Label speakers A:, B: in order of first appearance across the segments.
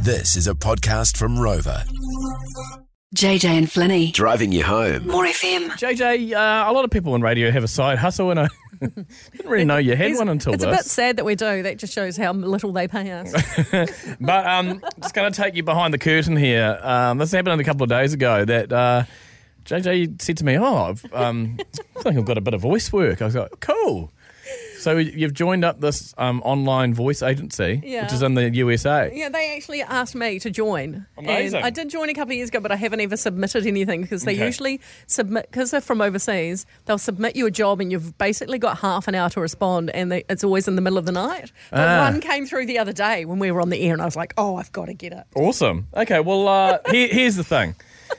A: This is a podcast from Rover,
B: JJ and Flinny.
A: driving you home.
B: More FM.
C: JJ, uh, a lot of people in radio have a side hustle, and I didn't really know you had
D: It's-
C: one until
D: it's a bit
C: this.
D: sad that we do. That just shows how little they pay us.
C: but um, just going to take you behind the curtain here. Um, this happened a couple of days ago that uh, JJ said to me, "Oh, I've, um, I think I've got a bit of voice work." I was like, "Cool." So you've joined up this um, online voice agency,
D: Yeah.
C: which is in the USA.
D: yeah, they actually asked me to join.
C: Amazing.
D: And I did join a couple of years ago, but I haven't ever submitted anything because they
C: Okay.
D: usually submit because they're from overseas. They'll submit you a job, and you've basically got half an hour to respond, and they, it's always in the middle of the night. But
C: Ah.
D: one came through the other day when we were on the air, and I was like, "Oh, I've got to get it."
C: Awesome. Okay, well, uh, here, here's the thing.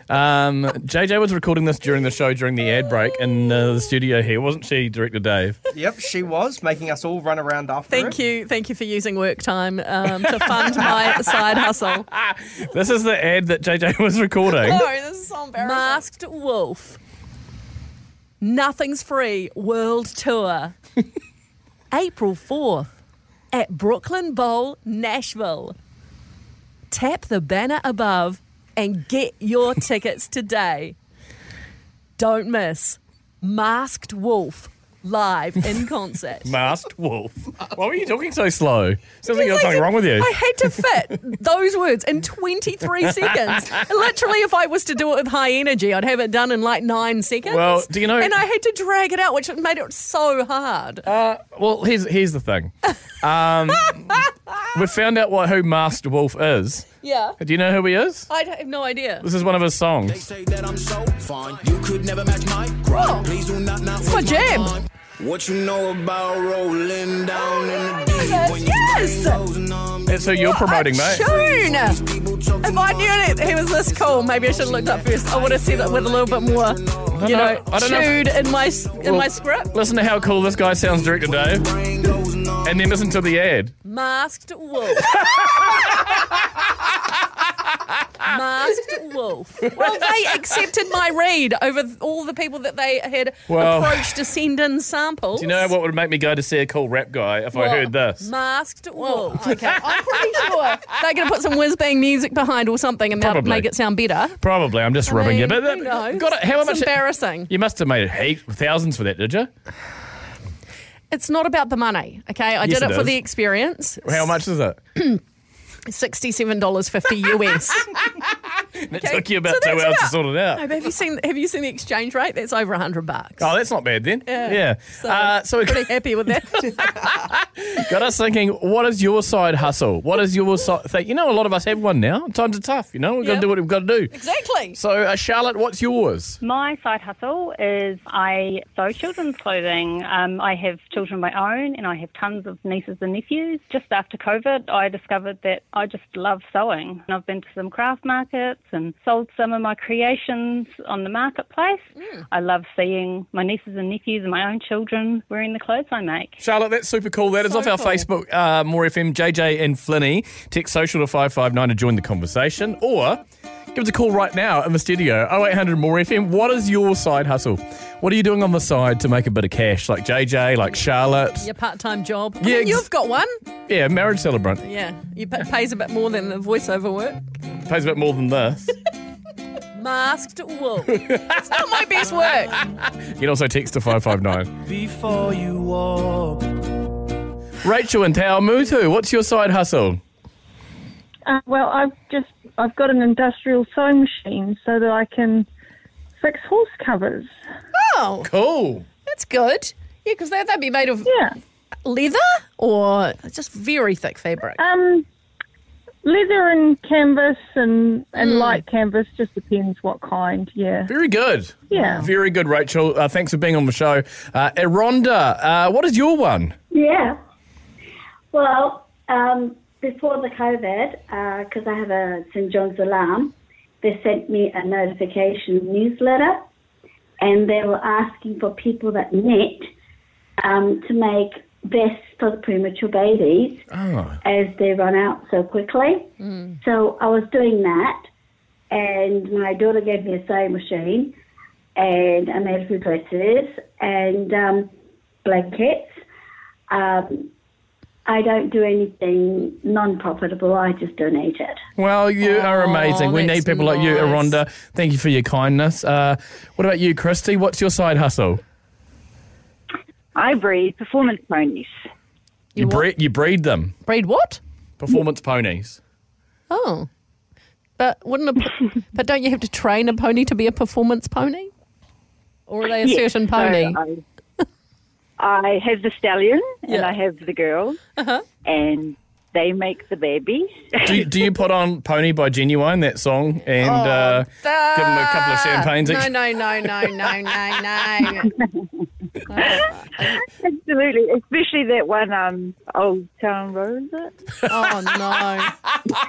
C: Um, JJ was recording this during the show during the ad break in uh, the studio here, wasn't she, Director Dave?
E: Yep, she was making us all run around after
D: Thank
E: her.
D: you, thank you for using work time um, to fund my side hustle.
C: This is the ad that JJ was recording.
D: this is so embarrassing. Masked Wolf. Nothing's Free World Tour. April 4th at Brooklyn Bowl, Nashville. Tap the banner above and get your tickets today. Don't miss Masked Wolf live in concert.
C: Masked wolf. Why were you talking so slow? Sounds like you got something wrong with you.
D: I had to fit those words in 23 seconds. Literally, if I was to do it with high energy, I'd have it done in like nine seconds.
C: Well, do you know-
D: And I had to drag it out, which made it so hard.
C: Uh, well, here's here's the thing. Um, we found out what who Masked Wolf is.
D: yeah.
C: Do you know who he is?
D: I have no idea.
C: This is one of his songs.
F: Say that I'm so fine. You could never match my grind. Please do not not
D: my
F: waste
D: jam.
F: time. What you know about rolling down in the deep when
D: Yes!
F: you goes numb.
C: That's who you're promoting,
D: a
C: mate.
D: tune!
F: People talk
D: If I knew that he was this cool, maybe I should have looked up first. I would have said it with a little bit more, you
C: know-
D: know,
C: I don't know if-
D: chewed in my s- in
C: Well-
D: my script.
C: Listen to how cool this guy sounds, Director Dave,
F: brain goes numb.
C: and then listen to the ad.
D: Masked wolf. Masked wolf. Well, they accepted my read over th- all the people that they had
C: Well-
D: approached to send in samples.
C: Do you know what would make me go to see a cool rap guy if I heard this?
D: Masked wolf. Okay, I'm pretty sure they're going to put some whiz bang music behind or something and that'll
C: Probably.
D: make it sound better.
C: Probably, I'm just
D: I
C: ribbing
D: mean,
C: you. But
D: who
C: that,
D: knows?
C: got it. How
D: it's
C: much?
D: embarrassing.
C: You must have made heaps, thousands for that, did you?
D: It's not about the money. Okay, I
C: Yes,
D: did
C: it
D: it, for
C: is.
D: the experience.
C: How much is it?
D: Sixty-seven dollars fifty US.
C: It took you about
D: so
C: two hours
D: that's
C: to
D: about-
C: sort it out.
D: No, but have you seen? Have you seen the exchange rate? That's over hundred bucks.
C: Oh, that's not bad then. Yeah. So,
D: So,
C: uh, so it
D: pretty happy with that.
C: got us thinking, what is your side hustle? What is your side thing? You know, a lot of us have one now. Times are tough, you know? We've got to
D: Yeah.
C: do what we've got to do.
D: exactly.
C: So, uh, Charlotte, what's yours?
G: My side hustle is I sew children's clothing. Um, I have children of my own and I have tons of nieces and nephews. Just after COVID, I discovered that I just love sewing. And I've been to some craft markets and sold some of my creations on the marketplace. I love seeing my nieces and nephews and my own children wearing the clothes I make.
C: Charlotte, that's super cool. That is
D: So
C: off our
D: cool.
C: Facebook, uh, More FM, JJ and Flinny. Text social to 559 to join the conversation or give us a call right now in the studio, 0800 More FM. What is your side hustle? What are you doing on the side to make a bit of cash? Like JJ, like Charlotte?
D: Your part-time job. I
C: Yeah,
D: mean,
C: ex-
D: you've got one.
C: Yeah, marriage celebrant.
D: Yeah, you pa- pays a bit more than the voiceover work.
C: Pays a bit more than this.
D: Masked wolf. it's not my best work.
C: you can also text to 559.
F: Before you walk,
C: Rachel and Tao Mutu, what's your side hustle?
H: Uh, well, I've just I've got an industrial sewing machine so that I can fix horse covers.
D: Oh,
C: Cool.
D: that's good. Yeah, because they'd, they'd be made of
H: Yeah.
D: leather or just very thick fabric.
H: Um, leather and canvas and and light canvas just depends what kind. Yeah.
C: Very good.
H: Yeah.
C: Very good, Rachel. Uh, thanks for being on the show. Uh, Eronda, uh, what is your one?
I: Yeah. Well, um, before the COVID, because I have a St John's alarm, they sent me a notification newsletter, and they were asking for people that knit um, to make vests for the premature babies as they run out so quickly. So I was doing that, and my daughter gave me a sewing machine, and I made a few dresses and um, blankets um, I don't do anything non profitable, I just donate it.
C: Well, you are
D: Oh,
C: amazing. We need
D: that's
C: people like you,
D: nice.
C: Aronda. Thank you for your kindness. Uh, what about you, Christy? What's your side hustle?
G: I breed performance ponies.
C: You, breed, you breed them.
D: Breed what?
C: Performance ponies.
D: Oh. But wouldn't a, but don't you have to train a pony to be a performance pony? Or are they a
G: Yes,
D: certain
G: so
D: pony?
G: I, I have the stallion and
D: Yeah. Uh-huh.
G: I have the girl, and they make the baby.
C: Do, do you put on Pony by Genuine, that song, and
D: Oh,
C: uh, give them a couple of champagnes?
D: Ah! No, no, no, no, no, no, no.
G: Absolutely, especially that one, um, Old Town Road. is it?
D: Oh,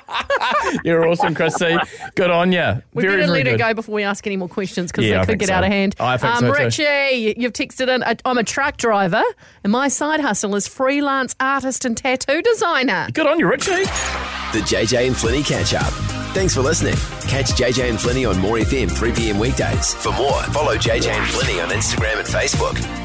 D: no.
C: You're awesome, Christy. Good on you.
D: We
C: very,
D: better
C: very
D: let
C: good.
D: it go before we ask any more questions because
C: Yeah, I
D: they
C: think
D: could get
C: so.
D: out of hand.
C: I think
D: um,
C: so too.
D: Richie, you've texted in. "I- I'm a truck driver, and my side hustle is freelance artist and tattoo designer.
C: Good on you, Richie.
A: The JJ and Flinny catch up. Thanks for listening. Catch JJ and Flinny on More FM 3 p.m. weekdays. For more, follow JJ and Flinny on Instagram and Facebook.